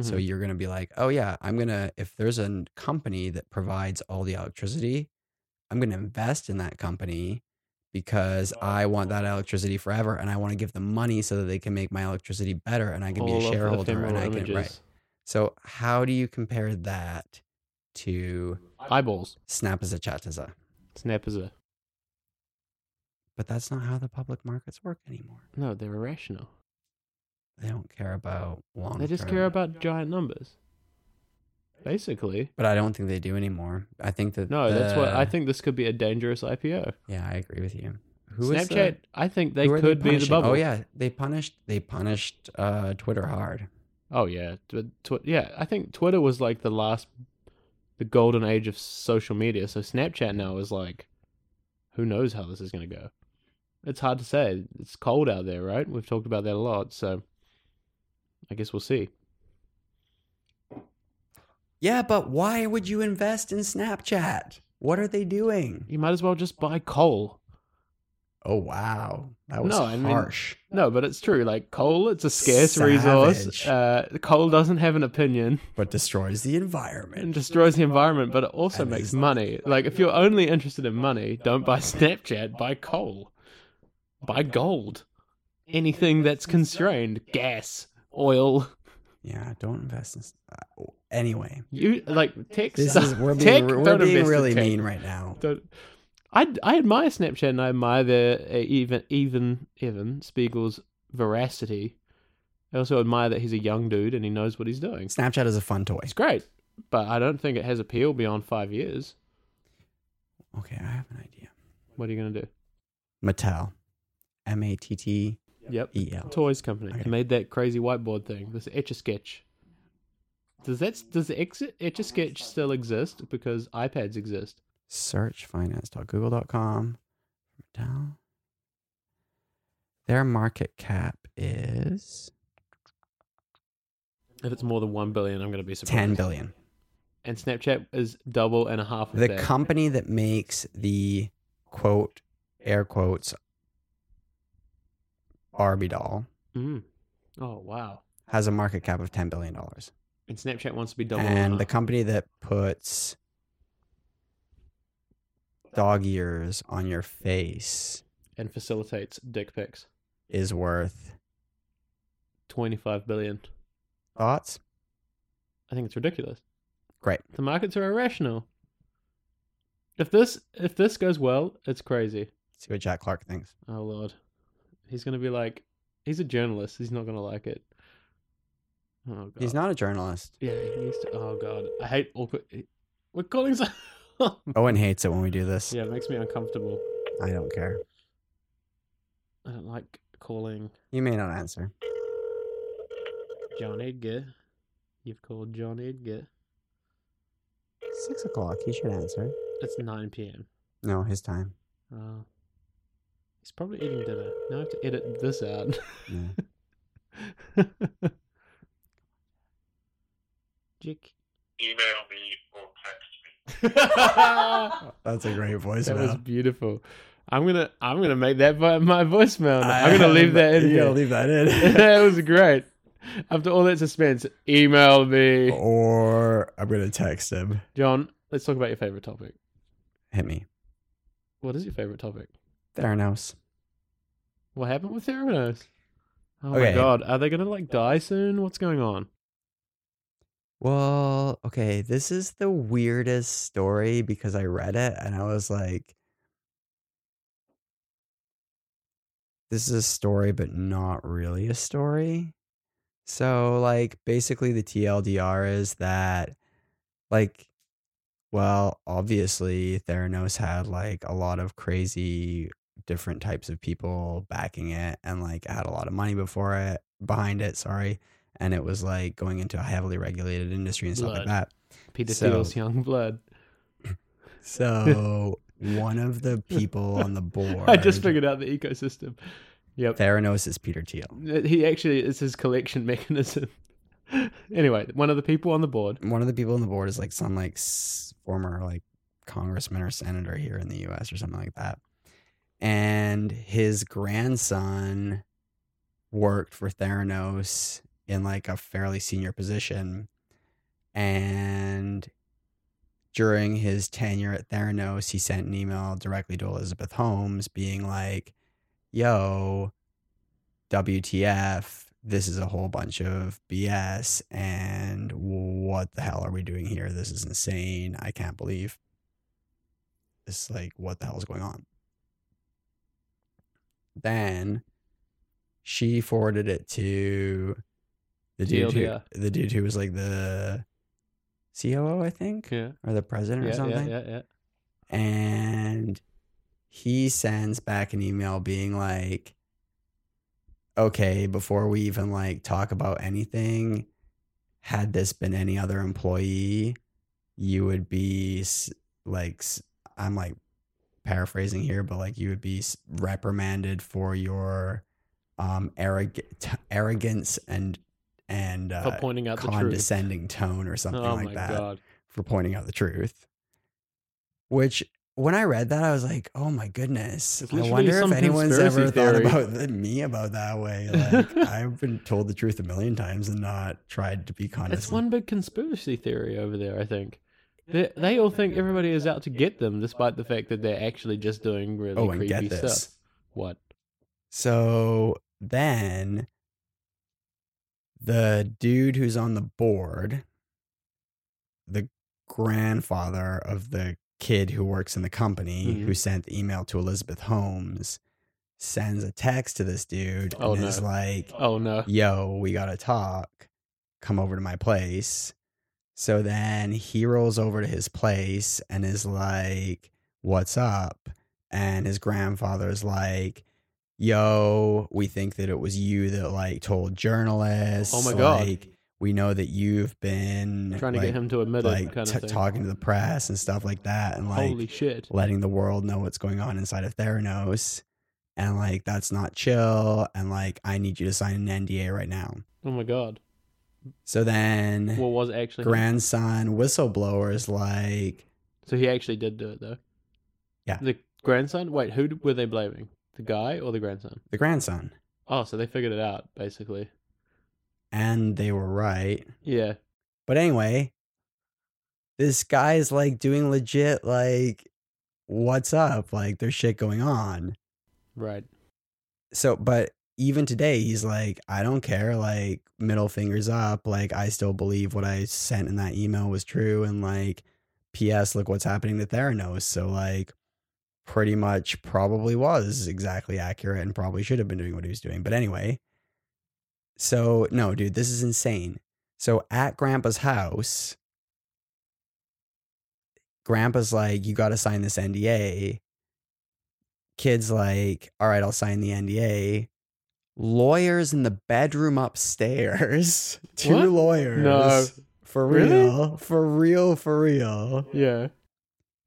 [SPEAKER 1] So you're going to be like, oh, yeah, I'm going to, if there's a n- company that provides all the electricity, I'm going to invest in that company because I want that electricity forever and I want to give them money so that they can make my electricity better and I can be a shareholder and I can, right. So, how do you compare that to
[SPEAKER 2] Eyeballs.
[SPEAKER 1] Snap as a Chataza?
[SPEAKER 2] Snap is a
[SPEAKER 1] But that's not how the public markets work anymore.
[SPEAKER 2] no. They're irrational.
[SPEAKER 1] They don't care about long
[SPEAKER 2] They just
[SPEAKER 1] term.
[SPEAKER 2] care about giant numbers. Basically,
[SPEAKER 1] but I don't think they do anymore. I think that
[SPEAKER 2] no. That's what I
[SPEAKER 1] the-
[SPEAKER 2] think. This could be a dangerous IPO.
[SPEAKER 1] Yeah, I agree with you. Who is the-
[SPEAKER 2] Snapchat. I think they
[SPEAKER 1] Who are
[SPEAKER 2] could be in the
[SPEAKER 1] punishing?
[SPEAKER 2] bubble.
[SPEAKER 1] Oh yeah, they punished. They punished uh, Twitter hard.
[SPEAKER 2] Oh yeah. Tw- tw- yeah. I think Twitter was like the last, the golden age of social media. So Snapchat now is like, who knows how this is going to go? It's hard to say. It's cold out there, right? We've talked about that a lot. So I guess we'll see.
[SPEAKER 1] Yeah, but why would you invest in Snapchat? What are they doing?
[SPEAKER 2] You might as well just buy coal.
[SPEAKER 1] Oh wow, that was
[SPEAKER 2] No, I mean-
[SPEAKER 1] harsh.
[SPEAKER 2] No, but it's true. Like coal, it's a scarce resource.
[SPEAKER 1] Savage.
[SPEAKER 2] Uh, coal doesn't have an opinion
[SPEAKER 1] but destroys the
[SPEAKER 2] and
[SPEAKER 1] environment.
[SPEAKER 2] destroys the environment, but it also
[SPEAKER 1] That
[SPEAKER 2] makes
[SPEAKER 1] is-
[SPEAKER 2] money. Like if you're only interested in money, don't buy Snapchat. Buy coal. Buy gold. Anything that's constrained, gas, oil.
[SPEAKER 1] Yeah, don't invest in. s- Uh, anyway,
[SPEAKER 2] You like tech.
[SPEAKER 1] this
[SPEAKER 2] suck-
[SPEAKER 1] is we're being,
[SPEAKER 2] tech,
[SPEAKER 1] we're
[SPEAKER 2] don't
[SPEAKER 1] being
[SPEAKER 2] invest in
[SPEAKER 1] really
[SPEAKER 2] tech.
[SPEAKER 1] mean right now.
[SPEAKER 2] Don't- I I admire Snapchat and I admire their uh, even even even Spiegel's veracity. I also admire that he's a young dude and he knows what he's doing.
[SPEAKER 1] Snapchat is a fun toy.
[SPEAKER 2] It's great, but I don't think it has appeal beyond five years.
[SPEAKER 1] Okay, I have an idea.
[SPEAKER 2] What are you gonna do?
[SPEAKER 1] Mattel, M A T T
[SPEAKER 2] Yep.
[SPEAKER 1] E L.
[SPEAKER 2] Toys company
[SPEAKER 1] Okay.
[SPEAKER 2] made that crazy whiteboard thing. This etch a sketch. Does that does etch a sketch still exist? Because iPads exist.
[SPEAKER 1] Search finance.google.com. Mattel. Their market cap is
[SPEAKER 2] If it's more than one billion, I'm gonna be surprised.
[SPEAKER 1] ten billion.
[SPEAKER 2] And Snapchat is double and a half of
[SPEAKER 1] the
[SPEAKER 2] that.
[SPEAKER 1] company that makes the quote air quotes Barbie doll
[SPEAKER 2] mm. Oh wow.
[SPEAKER 1] has a market cap of ten billion dollars,
[SPEAKER 2] And Snapchat wants to be double and,
[SPEAKER 1] and
[SPEAKER 2] a
[SPEAKER 1] the
[SPEAKER 2] half.
[SPEAKER 1] company that puts dog ears on your face
[SPEAKER 2] and facilitates dick pics.
[SPEAKER 1] is worth
[SPEAKER 2] Twenty five billion.
[SPEAKER 1] thoughts.
[SPEAKER 2] I think it's ridiculous.
[SPEAKER 1] Great.
[SPEAKER 2] The markets are irrational. If this if this goes well, it's crazy.
[SPEAKER 1] See what Jack Clark thinks.
[SPEAKER 2] Oh lord, he's gonna be like, he's a journalist. He's not gonna like it. Oh god,
[SPEAKER 1] He's not a journalist.
[SPEAKER 2] Yeah, he needs to. Oh god, I hate awkward. We're calling. Some...
[SPEAKER 1] Owen hates it when we do this.
[SPEAKER 2] yeah, it makes me uncomfortable.
[SPEAKER 1] I don't care.
[SPEAKER 2] I don't like calling
[SPEAKER 1] You may not answer.
[SPEAKER 2] John Edgar. You've called John Edgar.
[SPEAKER 1] Six o'clock. He should answer.
[SPEAKER 2] It's nine p.m.
[SPEAKER 1] No, his time.
[SPEAKER 2] Oh, he's probably eating dinner. Now I have to edit this out.
[SPEAKER 1] Yeah.
[SPEAKER 2] Jick.
[SPEAKER 3] email me or text me.
[SPEAKER 2] that
[SPEAKER 1] Oh, That's a great voice.
[SPEAKER 2] was beautiful. I'm gonna I'm gonna make that vo- my voicemail. now. I'm gonna leave that in.
[SPEAKER 1] You
[SPEAKER 2] here.
[SPEAKER 1] gotta leave that in.
[SPEAKER 2] that was great. After all that suspense, email me,
[SPEAKER 1] Oh. or I'm gonna text him.
[SPEAKER 2] John. Let's talk about your favorite topic.
[SPEAKER 1] Hit me.
[SPEAKER 2] What is your favorite topic?
[SPEAKER 1] Theranos.
[SPEAKER 2] What happened with Theranos? Oh my
[SPEAKER 1] Okay.
[SPEAKER 2] god, are they gonna like die soon? What's going on?
[SPEAKER 1] Well, okay, this is the weirdest story because I read it and I was like, this is a story, but not really a story. So, like, basically, the TLDR is that, like, well, obviously, Theranos had like a lot of crazy different types of people backing it and like had a lot of money before it, behind it, sorry. And it was like going into a heavily regulated industry and stuff like
[SPEAKER 2] Blood.
[SPEAKER 1] that.
[SPEAKER 2] Pedophiles,
[SPEAKER 1] So-
[SPEAKER 2] young blood.
[SPEAKER 1] So, one of the people on the board,
[SPEAKER 2] I just figured out the ecosystem. Yep.
[SPEAKER 1] Theranos is Peter Thiel.
[SPEAKER 2] He actually is his collection mechanism. anyway, one of the people on the board.
[SPEAKER 1] one of the people on the board is like some like s- former like congressman or senator here in the U.S. or something like that, and his grandson worked for Theranos in like a fairly senior position, and during his tenure at Theranos, he sent an email directly to Elizabeth Holmes being like, "Yo, WTF, this is a whole bunch of BS and what the hell are we doing here? This is insane. I can't believe this like what the hell is going on. Then she forwarded it to the dude who,
[SPEAKER 2] TLDR.
[SPEAKER 1] the dude who was like the COO, I think,
[SPEAKER 2] Yeah.
[SPEAKER 1] or the president
[SPEAKER 2] Yeah,
[SPEAKER 1] or something
[SPEAKER 2] yeah, yeah, yeah.
[SPEAKER 1] and he sends back an email being like okay before we even like talk about anything had this been any other employee you would be s- like s- i'm like paraphrasing here but like you would be s- reprimanded for your um arrogant arrogance and and
[SPEAKER 2] For
[SPEAKER 1] uh,
[SPEAKER 2] pointing out the truth.
[SPEAKER 1] condescending tone or something
[SPEAKER 2] Oh
[SPEAKER 1] like
[SPEAKER 2] my
[SPEAKER 1] that
[SPEAKER 2] god.
[SPEAKER 1] for pointing out the truth. Which, when I read that, I was like, "Oh my goodness!"
[SPEAKER 2] It's
[SPEAKER 1] I
[SPEAKER 2] literally
[SPEAKER 1] wonder if
[SPEAKER 2] some
[SPEAKER 1] anyone's
[SPEAKER 2] conspiracy
[SPEAKER 1] ever
[SPEAKER 2] theory.
[SPEAKER 1] thought about th- me about that way. Like, I've been told the truth a million times and not tried to be
[SPEAKER 2] It's
[SPEAKER 1] condescending.
[SPEAKER 2] one big conspiracy theory over there, I think. They, they all think everybody is out to get them, despite the fact that they're actually just doing really
[SPEAKER 1] oh, and
[SPEAKER 2] creepy
[SPEAKER 1] get this.
[SPEAKER 2] stuff. What?
[SPEAKER 1] So then the dude who's on the board, the grandfather of the kid who works in the company
[SPEAKER 2] Mhm.
[SPEAKER 1] who sent the email to Elizabeth Holmes, sends a text to this dude
[SPEAKER 2] Oh,
[SPEAKER 1] and
[SPEAKER 2] no.
[SPEAKER 1] is like,
[SPEAKER 2] Oh no.
[SPEAKER 1] yo, we got to talk. Come over to my place. So then he rolls over to his place and is like, what's up? And his grandfather's like, yo, we think that it was you that like told journalists.
[SPEAKER 2] Oh my god.
[SPEAKER 1] Like, we know that you've been
[SPEAKER 2] Trying to
[SPEAKER 1] like,
[SPEAKER 2] get him to admit
[SPEAKER 1] like
[SPEAKER 2] it kind
[SPEAKER 1] t-
[SPEAKER 2] of thing.
[SPEAKER 1] talking to the press and stuff like that, and like
[SPEAKER 2] Holy shit.
[SPEAKER 1] letting the world know what's going on inside of Theranos. And like that's not chill. And like I need you to sign an NDA right now.
[SPEAKER 2] Oh my god.
[SPEAKER 1] So then
[SPEAKER 2] What was actually
[SPEAKER 1] grandson whistleblower is like,
[SPEAKER 2] So he actually did do it though.
[SPEAKER 1] Yeah.
[SPEAKER 2] The grandson? Wait, who d- were they blaming? The guy or the grandson?
[SPEAKER 1] the grandson.
[SPEAKER 2] Oh, so they figured it out basically.
[SPEAKER 1] And they were right.
[SPEAKER 2] Yeah.
[SPEAKER 1] But anyway, this guy is like doing legit, like, what's up? Like, there's shit going on.
[SPEAKER 2] Right.
[SPEAKER 1] So, but even today, he's like, I don't care. Like, middle fingers up. Like, I still believe what I sent in that email was true. And like, P.S., look what's happening to Theranos. So, like, pretty much probably was exactly accurate and probably should have been doing what he was doing. But anyway, so no, dude, this is insane. So at grandpa's house, grandpa's like, you got to sign this NDA. Kid's like, all right, I'll sign the NDA. Lawyers in the bedroom upstairs. Two
[SPEAKER 2] What?
[SPEAKER 1] lawyers.
[SPEAKER 2] No.
[SPEAKER 1] For
[SPEAKER 2] Really?
[SPEAKER 1] real. For real, for real
[SPEAKER 2] Yeah.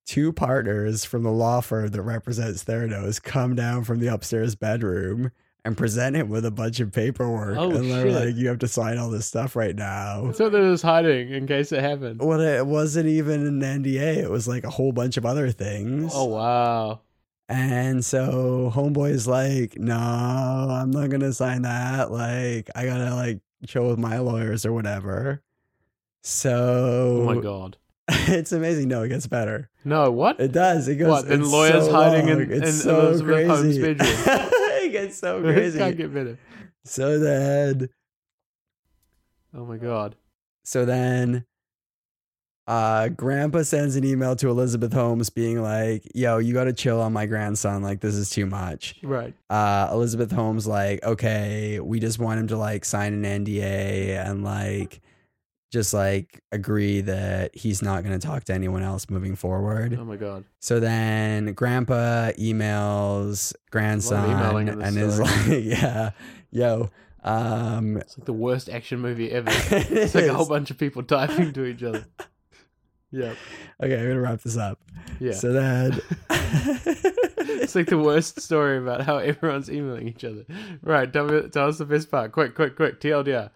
[SPEAKER 1] two partners from the law firm that represents Theranos come down from the upstairs bedroom and present him with a bunch of paperwork.
[SPEAKER 2] Oh,
[SPEAKER 1] and they're
[SPEAKER 2] shit.
[SPEAKER 1] like, you have to sign all this stuff right now.
[SPEAKER 2] So they're just hiding in case it happened.
[SPEAKER 1] When it wasn't even an NDA, it was like a whole bunch of other things.
[SPEAKER 2] Oh wow.
[SPEAKER 1] And so Homeboy's like, no, I'm not going to sign that. Like, I got to like chill with my lawyers or whatever. So
[SPEAKER 2] Oh my god.
[SPEAKER 1] it's amazing. No, it gets beter.
[SPEAKER 2] No, what?
[SPEAKER 1] It does. It goes.
[SPEAKER 2] What, then
[SPEAKER 1] it's
[SPEAKER 2] lawyers
[SPEAKER 1] so
[SPEAKER 2] hiding in-
[SPEAKER 1] long. it's
[SPEAKER 2] in
[SPEAKER 1] so
[SPEAKER 2] Elizabeth Holmes'
[SPEAKER 1] crazy.
[SPEAKER 2] bedroom.
[SPEAKER 1] it gets so
[SPEAKER 2] It
[SPEAKER 1] crazy.
[SPEAKER 2] can't get better.
[SPEAKER 1] so then,
[SPEAKER 2] Oh my god.
[SPEAKER 1] so then, uh, Grandpa sends an email to Elizabeth Holmes being like, "Yo, you got to chill on my grandson. Like, this is too much."
[SPEAKER 2] Right.
[SPEAKER 1] Uh, Elizabeth Holmes like, "Okay, we just want him to like sign an NDA and like." Just like agree that he's not going to talk to anyone else moving forward.
[SPEAKER 2] Oh my god.
[SPEAKER 1] So then grandpa emails grandson
[SPEAKER 2] emailing in this
[SPEAKER 1] and is like, yeah, yo, um,
[SPEAKER 2] It's like the worst action movie ever.
[SPEAKER 1] it's
[SPEAKER 2] It's like a whole bunch of people typing to each other. Yeah.
[SPEAKER 1] okay, I'm going to wrap this up.
[SPEAKER 2] Yeah.
[SPEAKER 1] So then,
[SPEAKER 2] it's like the worst story about how everyone's emailing each other. Right, tell, me, tell us the best part. Quick, quick, quick. TLDR.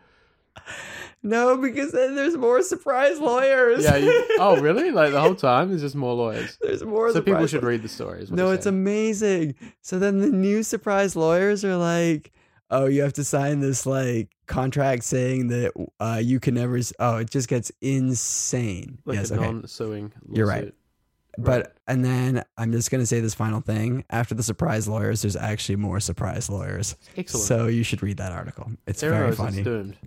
[SPEAKER 1] no, because then there's more surprise lawyers.
[SPEAKER 2] Yeah. You, oh, really? Like the whole time? There's just more lawyers.
[SPEAKER 1] there's more.
[SPEAKER 2] So people
[SPEAKER 1] surprise
[SPEAKER 2] should
[SPEAKER 1] lawyers.
[SPEAKER 2] read the story. Is what
[SPEAKER 1] No,
[SPEAKER 2] you're
[SPEAKER 1] it's
[SPEAKER 2] saying.
[SPEAKER 1] amazing. So then the new surprise lawyers are like, "Oh, you have to sign this like contract saying that uh, you can never." s- Oh, it just gets insane.
[SPEAKER 2] like
[SPEAKER 1] yes,
[SPEAKER 2] a
[SPEAKER 1] okay.
[SPEAKER 2] non-suing.
[SPEAKER 1] You're right.
[SPEAKER 2] lawsuit.
[SPEAKER 1] But and then I'm just gonna say this final thing. After the surprise lawyers, there's actually more surprise lawyers.
[SPEAKER 2] excellent.
[SPEAKER 1] So you should read that article. It's very
[SPEAKER 2] Theranos is
[SPEAKER 1] funny.
[SPEAKER 2] doomed.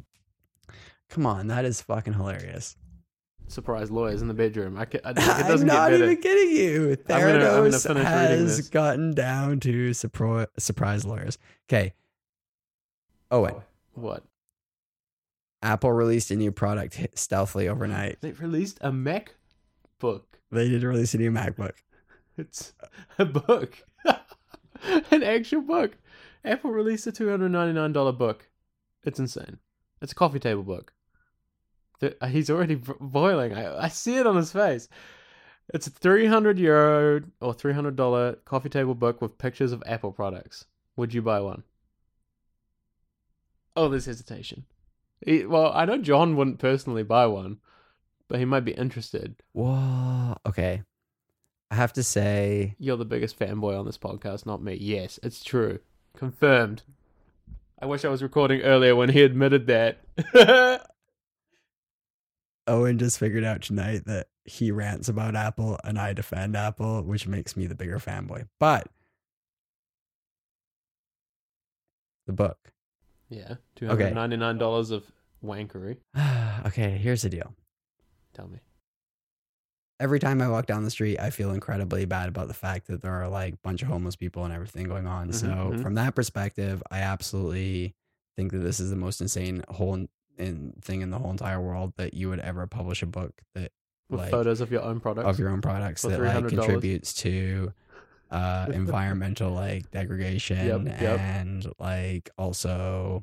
[SPEAKER 1] Come on, that is fucking hilarious.
[SPEAKER 2] Surprise lawyers in the bedroom. I ca I, it
[SPEAKER 1] I'm
[SPEAKER 2] doesn't get
[SPEAKER 1] not
[SPEAKER 2] better.
[SPEAKER 1] even kidding you.
[SPEAKER 2] I'm gonna- I'm gonna
[SPEAKER 1] Theranos
[SPEAKER 2] finish reading
[SPEAKER 1] has
[SPEAKER 2] this.
[SPEAKER 1] gotten down to surpri- surprise lawyers. Okay. Oh wait.
[SPEAKER 2] What?
[SPEAKER 1] Apple released a new product hi- stealthily overnight.
[SPEAKER 2] They released a MacBook.
[SPEAKER 1] They did release a new MacBook.
[SPEAKER 2] It's a book. An actual book. Apple released a $299 book. It's insane. It's a coffee table book. The- uh, He's already b- boiling. I, I see it on his face. It's a 300 euro or $300 coffee table book with pictures of Apple products. Would you buy one? Oh, there's hesitation. He- well, I know John wouldn't personally buy one, but he might be interested.
[SPEAKER 1] Whoa. Okay. I have to say,
[SPEAKER 2] You're the biggest fanboy on this podcast, not me. Yes, it's true. Confirmed. I wish I was recording earlier when he admitted that.
[SPEAKER 1] Owen just figured out tonight that he rants about Apple and I defend Apple, which makes me the bigger fanboy. But the book.
[SPEAKER 2] yeah, two hundred ninety nine dollars of wankery.
[SPEAKER 1] okay, here's the deal.
[SPEAKER 2] Tell me.
[SPEAKER 1] Every time I walk down the street, I feel incredibly bad about the fact that there are like a bunch of homeless people and everything going on.
[SPEAKER 2] Mhm,
[SPEAKER 1] so,
[SPEAKER 2] mhm.
[SPEAKER 1] from that perspective, I absolutely think that this is the most insane whole in, thing in the whole entire world that you would ever publish a book that
[SPEAKER 2] with
[SPEAKER 1] like,
[SPEAKER 2] photos of your own products.
[SPEAKER 1] of your own products
[SPEAKER 2] For
[SPEAKER 1] that like
[SPEAKER 2] $300.
[SPEAKER 1] contributes to uh environmental like degradation
[SPEAKER 2] Yep, yep.
[SPEAKER 1] and like also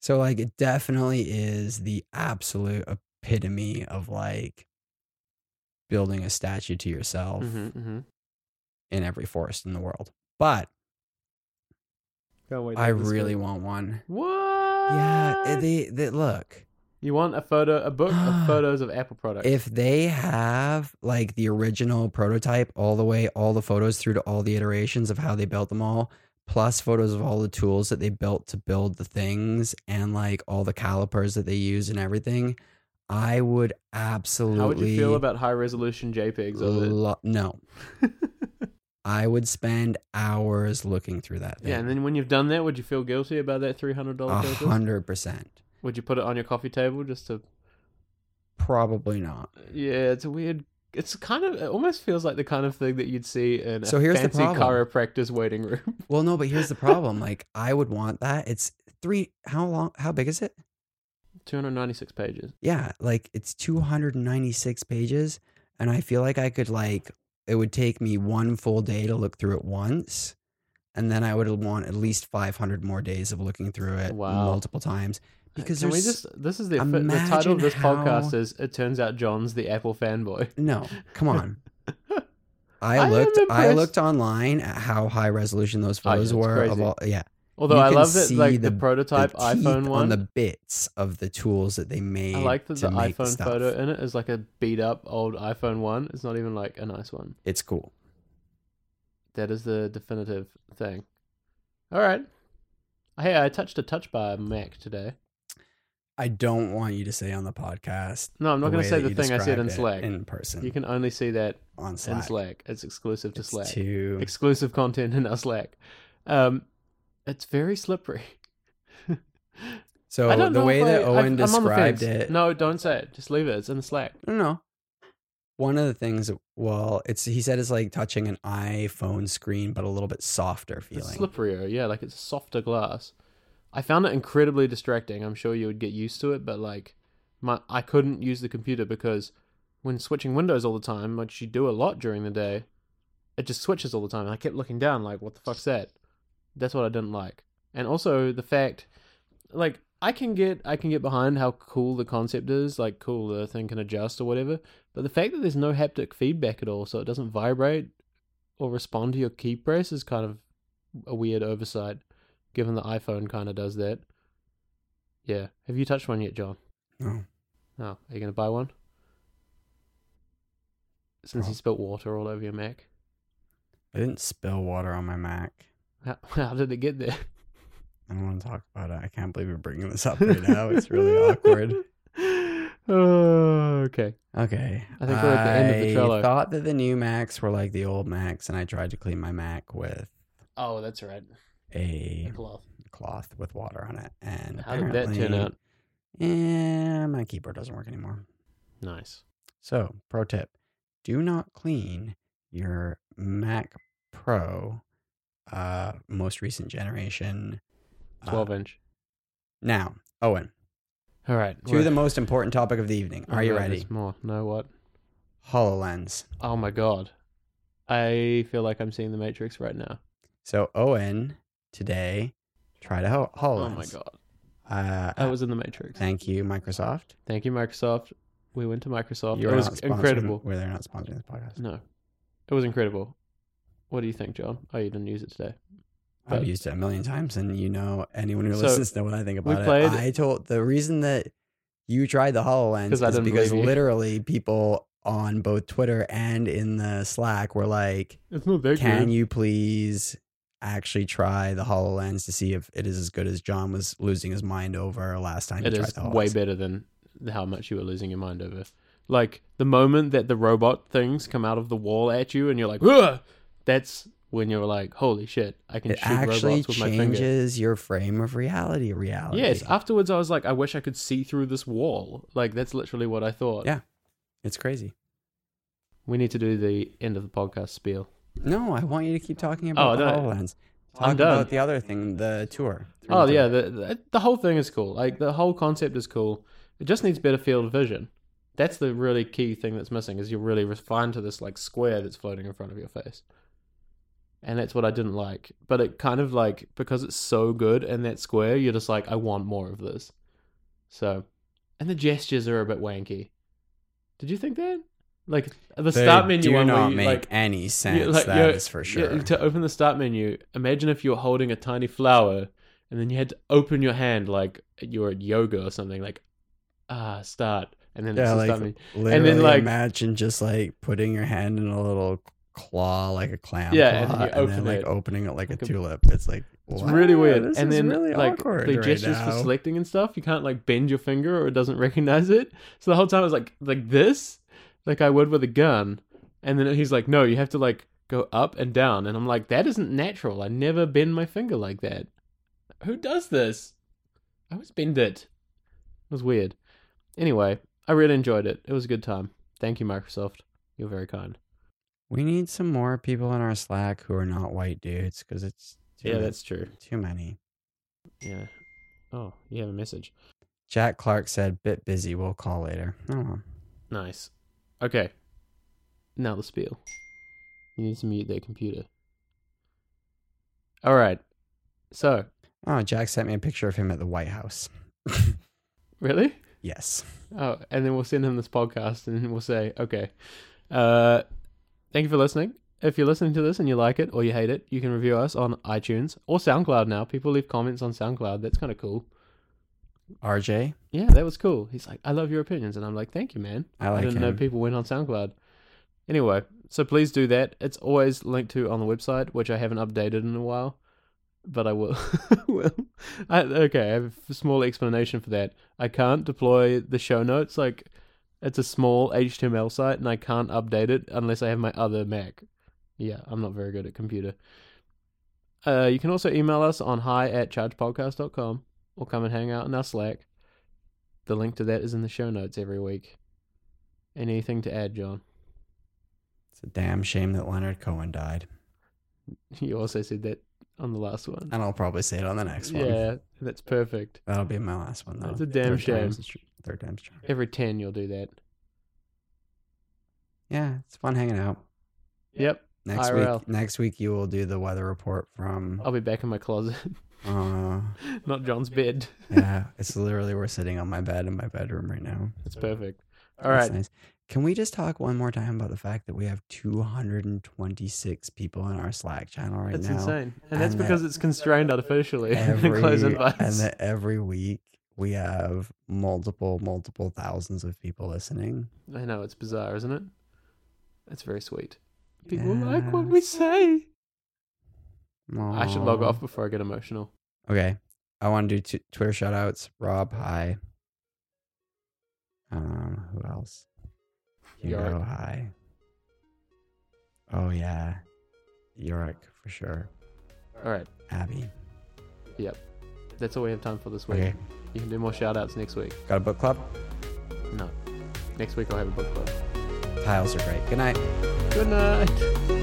[SPEAKER 1] so like it definitely is the absolute epitome of like building a statue to yourself
[SPEAKER 2] hmm hmm
[SPEAKER 1] in every forest in the world but
[SPEAKER 2] Can't wait to
[SPEAKER 1] i
[SPEAKER 2] have this
[SPEAKER 1] really
[SPEAKER 2] go.
[SPEAKER 1] want one
[SPEAKER 2] What?
[SPEAKER 1] yeah they, they look
[SPEAKER 2] you want a photo, a book of photos of Apple products.
[SPEAKER 1] if they have like the original prototype all the way all the photos through to all the iterations of how they built them all plus photos of all the tools that they built to build the things and like all the calipers that they use and everything i would absolutely
[SPEAKER 2] How would you feel about high resolution JPEGs of it?
[SPEAKER 1] lo- no i would spend hours looking through that thing
[SPEAKER 2] Yeah, and then when you've done that, would you feel guilty about that three hundred dollar
[SPEAKER 1] a
[SPEAKER 2] purchase?
[SPEAKER 1] hundred percent
[SPEAKER 2] Would you put it on your coffee table just to?
[SPEAKER 1] probably not
[SPEAKER 2] Yeah, it's a weird. It's kind of. It almost feels like the kind of thing that you'd see in
[SPEAKER 1] So
[SPEAKER 2] a
[SPEAKER 1] here's the
[SPEAKER 2] fancy
[SPEAKER 1] problem.
[SPEAKER 2] chiropractor's waiting room.
[SPEAKER 1] well no but here's the problem like i would want that it's three how long how big is it
[SPEAKER 2] Two hundred ninety six pages.
[SPEAKER 1] yeah like it's 296 pages and i feel like i could like it would take me one full day to look through it once and then i would want at least 500 more days of looking through it
[SPEAKER 2] Wow. Uh,
[SPEAKER 1] multiple times because
[SPEAKER 2] Can we
[SPEAKER 1] there's
[SPEAKER 2] just? This is the the title
[SPEAKER 1] Imagine
[SPEAKER 2] of this podcast
[SPEAKER 1] how-
[SPEAKER 2] is. It turns out John's the Apple fanboy.
[SPEAKER 1] no come on I,
[SPEAKER 2] I am
[SPEAKER 1] looked i
[SPEAKER 2] impressed.
[SPEAKER 1] looked online at how high resolution those
[SPEAKER 2] Oh, yeah,
[SPEAKER 1] photos
[SPEAKER 2] it's
[SPEAKER 1] were of
[SPEAKER 2] crazy.
[SPEAKER 1] all yeah
[SPEAKER 2] Although
[SPEAKER 1] You
[SPEAKER 2] I
[SPEAKER 1] can
[SPEAKER 2] love that,
[SPEAKER 1] see
[SPEAKER 2] like the,
[SPEAKER 1] the- the
[SPEAKER 2] prototype
[SPEAKER 1] the teeth
[SPEAKER 2] iPhone one.
[SPEAKER 1] on the bits of the tools that they made
[SPEAKER 2] I like that
[SPEAKER 1] to
[SPEAKER 2] the
[SPEAKER 1] make
[SPEAKER 2] iPhone
[SPEAKER 1] stuff.
[SPEAKER 2] photo in it is like a beat up old iPhone one. It's not even like a nice one.
[SPEAKER 1] it's cool
[SPEAKER 2] That is the definitive thing. All right. Hey, I touched a touch bar Mac today.
[SPEAKER 1] i don't want you to say on the podcast
[SPEAKER 2] No, I'm not going
[SPEAKER 1] way
[SPEAKER 2] to say
[SPEAKER 1] that
[SPEAKER 2] the
[SPEAKER 1] you
[SPEAKER 2] thing I said
[SPEAKER 1] described
[SPEAKER 2] in
[SPEAKER 1] it
[SPEAKER 2] Slack.
[SPEAKER 1] in person.
[SPEAKER 2] you can only see that
[SPEAKER 1] on
[SPEAKER 2] in
[SPEAKER 1] Slack.
[SPEAKER 2] Slack. It's exclusive to
[SPEAKER 1] It's
[SPEAKER 2] Slack.
[SPEAKER 1] too-
[SPEAKER 2] Exclusive content in our Slack. Um, it's very slippery.
[SPEAKER 1] so
[SPEAKER 2] I don't
[SPEAKER 1] Oh, the
[SPEAKER 2] know
[SPEAKER 1] way
[SPEAKER 2] if
[SPEAKER 1] that
[SPEAKER 2] I- I-
[SPEAKER 1] Owen
[SPEAKER 2] I'm on the
[SPEAKER 1] described
[SPEAKER 2] fence.
[SPEAKER 1] it,
[SPEAKER 2] No, don't say it. Just leave it. It's in the Slack.
[SPEAKER 1] no, no. One of the things, well, it's he said it's like touching an iPhone screen, but a little bit softer feeling.
[SPEAKER 2] It's slipperier, yeah, like it's softer glass. I found it incredibly distracting. I'm sure you would get used to it, but like my I couldn't use the computer because when switching windows all the time, which you do a lot during the day, it just switches all the time. And I kept looking down like what the fuck's that? That's what I didn't like. And also the fact like I can get I can get behind how cool the concept is, like cool the thing can adjust or whatever, but the fact that there's no haptic feedback at all, so it doesn't vibrate or respond to your key press is kind of a weird oversight, given the iPhone kind of does that. Yeah. Have you touched one yet, John?
[SPEAKER 1] No.
[SPEAKER 2] Oh, are you going to buy one? Since
[SPEAKER 1] Oh.
[SPEAKER 2] you spilt water all over your Mac.
[SPEAKER 1] I didn't spill water on my Mac.
[SPEAKER 2] How, how did it get there?
[SPEAKER 1] I don't want to talk about it. I can't believe we're bringing this up right now. It's really awkward.
[SPEAKER 2] Oh, okay.
[SPEAKER 1] Okay.
[SPEAKER 2] I think we're at the end of the
[SPEAKER 1] I
[SPEAKER 2] Trello.
[SPEAKER 1] thought that the new Macs were like the old Macs, and I tried to clean my Mac with
[SPEAKER 2] Oh, that's right.
[SPEAKER 1] a
[SPEAKER 2] Cloth.
[SPEAKER 1] cloth with water on it. And
[SPEAKER 2] How did that turn
[SPEAKER 1] apparently-
[SPEAKER 2] out?
[SPEAKER 1] Yeah, my keyboard doesn't work anymore.
[SPEAKER 2] Nice.
[SPEAKER 1] So, pro tip do not clean your Mac Pro, uh, most recent generation. uh,
[SPEAKER 2] 12 inch.
[SPEAKER 1] now, Owen,
[SPEAKER 2] All right.
[SPEAKER 1] to the most important topic of the evening. Are you ready?
[SPEAKER 2] More. No, what?
[SPEAKER 1] HoloLens.
[SPEAKER 2] Oh, my God. I feel like I'm seeing the Matrix right now.
[SPEAKER 1] So, Owen, today, tried a Ho- HoloLens.
[SPEAKER 2] Oh, my God. Oh.
[SPEAKER 1] Uh,
[SPEAKER 2] I was in the Matrix.
[SPEAKER 1] thank you, Microsoft.
[SPEAKER 2] Thank you, Microsoft. We went to Microsoft.
[SPEAKER 1] You
[SPEAKER 2] it
[SPEAKER 1] are
[SPEAKER 2] was
[SPEAKER 1] not sponsoring-
[SPEAKER 2] incredible.
[SPEAKER 1] Well, they're not sponsoring this podcast.
[SPEAKER 2] No, it was incredible. What do you think, John? Oh, you didn't use it today.
[SPEAKER 1] I've
[SPEAKER 2] But-
[SPEAKER 1] used it a million times, and you know anyone who
[SPEAKER 2] So,
[SPEAKER 1] listens know what I think about it.
[SPEAKER 2] played-
[SPEAKER 1] I told the reason that you tried the Hololens
[SPEAKER 2] 'Cause I
[SPEAKER 1] is
[SPEAKER 2] didn't
[SPEAKER 1] because
[SPEAKER 2] believe you.
[SPEAKER 1] literally people on both Twitter and in the Slack were like,
[SPEAKER 2] It's not that
[SPEAKER 1] "Can you please actually try the Hololens to see if it is as good as John was losing his mind over last time?"
[SPEAKER 2] It
[SPEAKER 1] he tried
[SPEAKER 2] is
[SPEAKER 1] the
[SPEAKER 2] way
[SPEAKER 1] HoloLens?"
[SPEAKER 2] better than how much you were losing your mind over. Like the moment that the robot things come out of the wall at you, and you're like, "Ugh!" that's when you're like, "Holy shit! I can
[SPEAKER 1] It
[SPEAKER 2] shoot
[SPEAKER 1] actually
[SPEAKER 2] robots with my finger."
[SPEAKER 1] changes your frame of reality. Reality.
[SPEAKER 2] Yes. Afterwards, I was like, "I wish I could see through this wall." Like that's literally what I thought.
[SPEAKER 1] Yeah. it's crazy.
[SPEAKER 2] We need to do the end of the podcast spiel.
[SPEAKER 1] No, I want you to keep talking about the
[SPEAKER 2] no.
[SPEAKER 1] Hololens. Talk
[SPEAKER 2] Oh, I'm done.
[SPEAKER 1] about the other thing, the tour.
[SPEAKER 2] Oh yeah, the, the the whole thing is cool. Like the whole concept is cool. It just needs better field of vision. That's the really key thing that's missing is you're really refined to this like square that's floating in front of your face. And that's what I didn't like. But it kind of like because it's so good and that square, you're just like, I want more of this. So and the gestures are a bit wanky. Did you think that? Like the
[SPEAKER 1] They
[SPEAKER 2] start menu
[SPEAKER 1] do
[SPEAKER 2] one where
[SPEAKER 1] not
[SPEAKER 2] you,
[SPEAKER 1] make
[SPEAKER 2] like,
[SPEAKER 1] any sense. That is
[SPEAKER 2] like, you're-
[SPEAKER 1] for
[SPEAKER 2] yeah,
[SPEAKER 1] sure.
[SPEAKER 2] to open the start menu, imagine if you were holding a tiny flower and then you had to open your hand like you were at yoga or something, like, ah, start. And then it's
[SPEAKER 1] Yeah,
[SPEAKER 2] the
[SPEAKER 1] like
[SPEAKER 2] start menu.
[SPEAKER 1] literally
[SPEAKER 2] like-
[SPEAKER 1] imagine just like putting your hand in a little claw like a clam
[SPEAKER 2] Yeah, and
[SPEAKER 1] claw,
[SPEAKER 2] then you open
[SPEAKER 1] like
[SPEAKER 2] it.
[SPEAKER 1] opening it like a
[SPEAKER 2] Like a-
[SPEAKER 1] tulip. It's like
[SPEAKER 2] It's
[SPEAKER 1] wow,
[SPEAKER 2] really weird.
[SPEAKER 1] This
[SPEAKER 2] and
[SPEAKER 1] is
[SPEAKER 2] then
[SPEAKER 1] really
[SPEAKER 2] like
[SPEAKER 1] awkward
[SPEAKER 2] the
[SPEAKER 1] right
[SPEAKER 2] gestures for
[SPEAKER 1] now.
[SPEAKER 2] selecting and stuff, you can't like bend your finger or it doesn't recognize it. So the whole time I was like like this, like I would with a gun. And then he's like, No, you have to like go up and down and I'm like, that isn't natural. I never bend my finger like that. Who does this? I always bend it. It was weird. Anyway, I really enjoyed it. It was a good time. Thank you, Microsoft. You're very kind.
[SPEAKER 1] We need some more people in our Slack who are not white dudes because it's too
[SPEAKER 2] Yeah,
[SPEAKER 1] ma-
[SPEAKER 2] that's true.
[SPEAKER 1] too many.
[SPEAKER 2] Yeah. Oh, you have a message.
[SPEAKER 1] Jack Clark said, "Bit busy. We'll call later." Oh, well.
[SPEAKER 2] Nice. Okay. Now the spiel. You need to mute their computer. All right. So,
[SPEAKER 1] oh, Jack sent me a picture of him at the White House.
[SPEAKER 2] really?
[SPEAKER 1] Yes,
[SPEAKER 2] Oh, and then we'll send him this podcast and we'll say, okay. Uh, thank you for listening. If you're listening to this and you like it or you hate it, you can review us on iTunes or SoundCloud now. People leave comments on SoundCloud. That's kind of cool.
[SPEAKER 1] RJ.
[SPEAKER 2] Yeah, that was cool. He's like, I love your opinions. And I'm like, thank you, man.
[SPEAKER 1] I like
[SPEAKER 2] I didn't know
[SPEAKER 1] him.
[SPEAKER 2] people went on SoundCloud. Anyway, so please do that. It's always linked to on the website, which I haven't updated in a while, but I will. will. I, okay, I have a small explanation for that. I can't deploy the show notes. Like, it's a small HTML site, and I can't update it unless I have my other Mac. Yeah, I'm not very good at computer. Uh, you can also email us on hi at chargepodcast.com or come and hang out in our Slack. The link to that is in the show notes every week. Anything to add, John?
[SPEAKER 1] It's a damn shame that Leonard Cohen died,
[SPEAKER 2] You also said that on the last one.
[SPEAKER 1] and I'll probably say it on the Uh, next one.
[SPEAKER 2] Yeah, that's perfect.
[SPEAKER 1] That'll be my last one though.
[SPEAKER 2] That's a damn
[SPEAKER 1] Third time's
[SPEAKER 2] shame.
[SPEAKER 1] a tr- Third time's a charm.
[SPEAKER 2] Every 10, you'll do that.
[SPEAKER 1] Yeah, it's fun hanging out.
[SPEAKER 2] Yep.
[SPEAKER 1] Next
[SPEAKER 2] IRL.
[SPEAKER 1] week, next week you will do the weather report from.
[SPEAKER 2] I'll be back in my closet,
[SPEAKER 1] Uh,
[SPEAKER 2] not John's bed.
[SPEAKER 1] yeah, it's literally we're sitting on my bed in my bedroom right now.
[SPEAKER 2] That's perfect. All
[SPEAKER 1] That's
[SPEAKER 2] right.
[SPEAKER 1] nice. Can we just talk one more time about the fact that we have 226 people in our Slack channel right
[SPEAKER 2] That's
[SPEAKER 1] now?
[SPEAKER 2] insane. And that's
[SPEAKER 1] And that-
[SPEAKER 2] because it's constrained artificially in
[SPEAKER 1] Every,
[SPEAKER 2] close
[SPEAKER 1] and
[SPEAKER 2] advice.
[SPEAKER 1] that every week we have multiple, multiple thousands of people listening.
[SPEAKER 2] I know, it's bizarre, isn't it? That's very sweet. People like what
[SPEAKER 1] Yes.
[SPEAKER 2] we say. I should log
[SPEAKER 1] Aw.
[SPEAKER 2] off before I get emotional.
[SPEAKER 1] Okay. I want to do t- Twitter shout outs. Rob, hi. Um, who else? Hugo,
[SPEAKER 2] Yorick.
[SPEAKER 1] hi. Oh, yeah. Yorick, for sure.
[SPEAKER 2] All right.
[SPEAKER 1] Abby.
[SPEAKER 2] That's all we have time for this week.
[SPEAKER 1] Okay.
[SPEAKER 2] You can do more shout outs next week.
[SPEAKER 1] Got a book club?
[SPEAKER 2] No. Next week I'll have a book club.
[SPEAKER 1] Tiles are great. Good night.
[SPEAKER 2] Good night.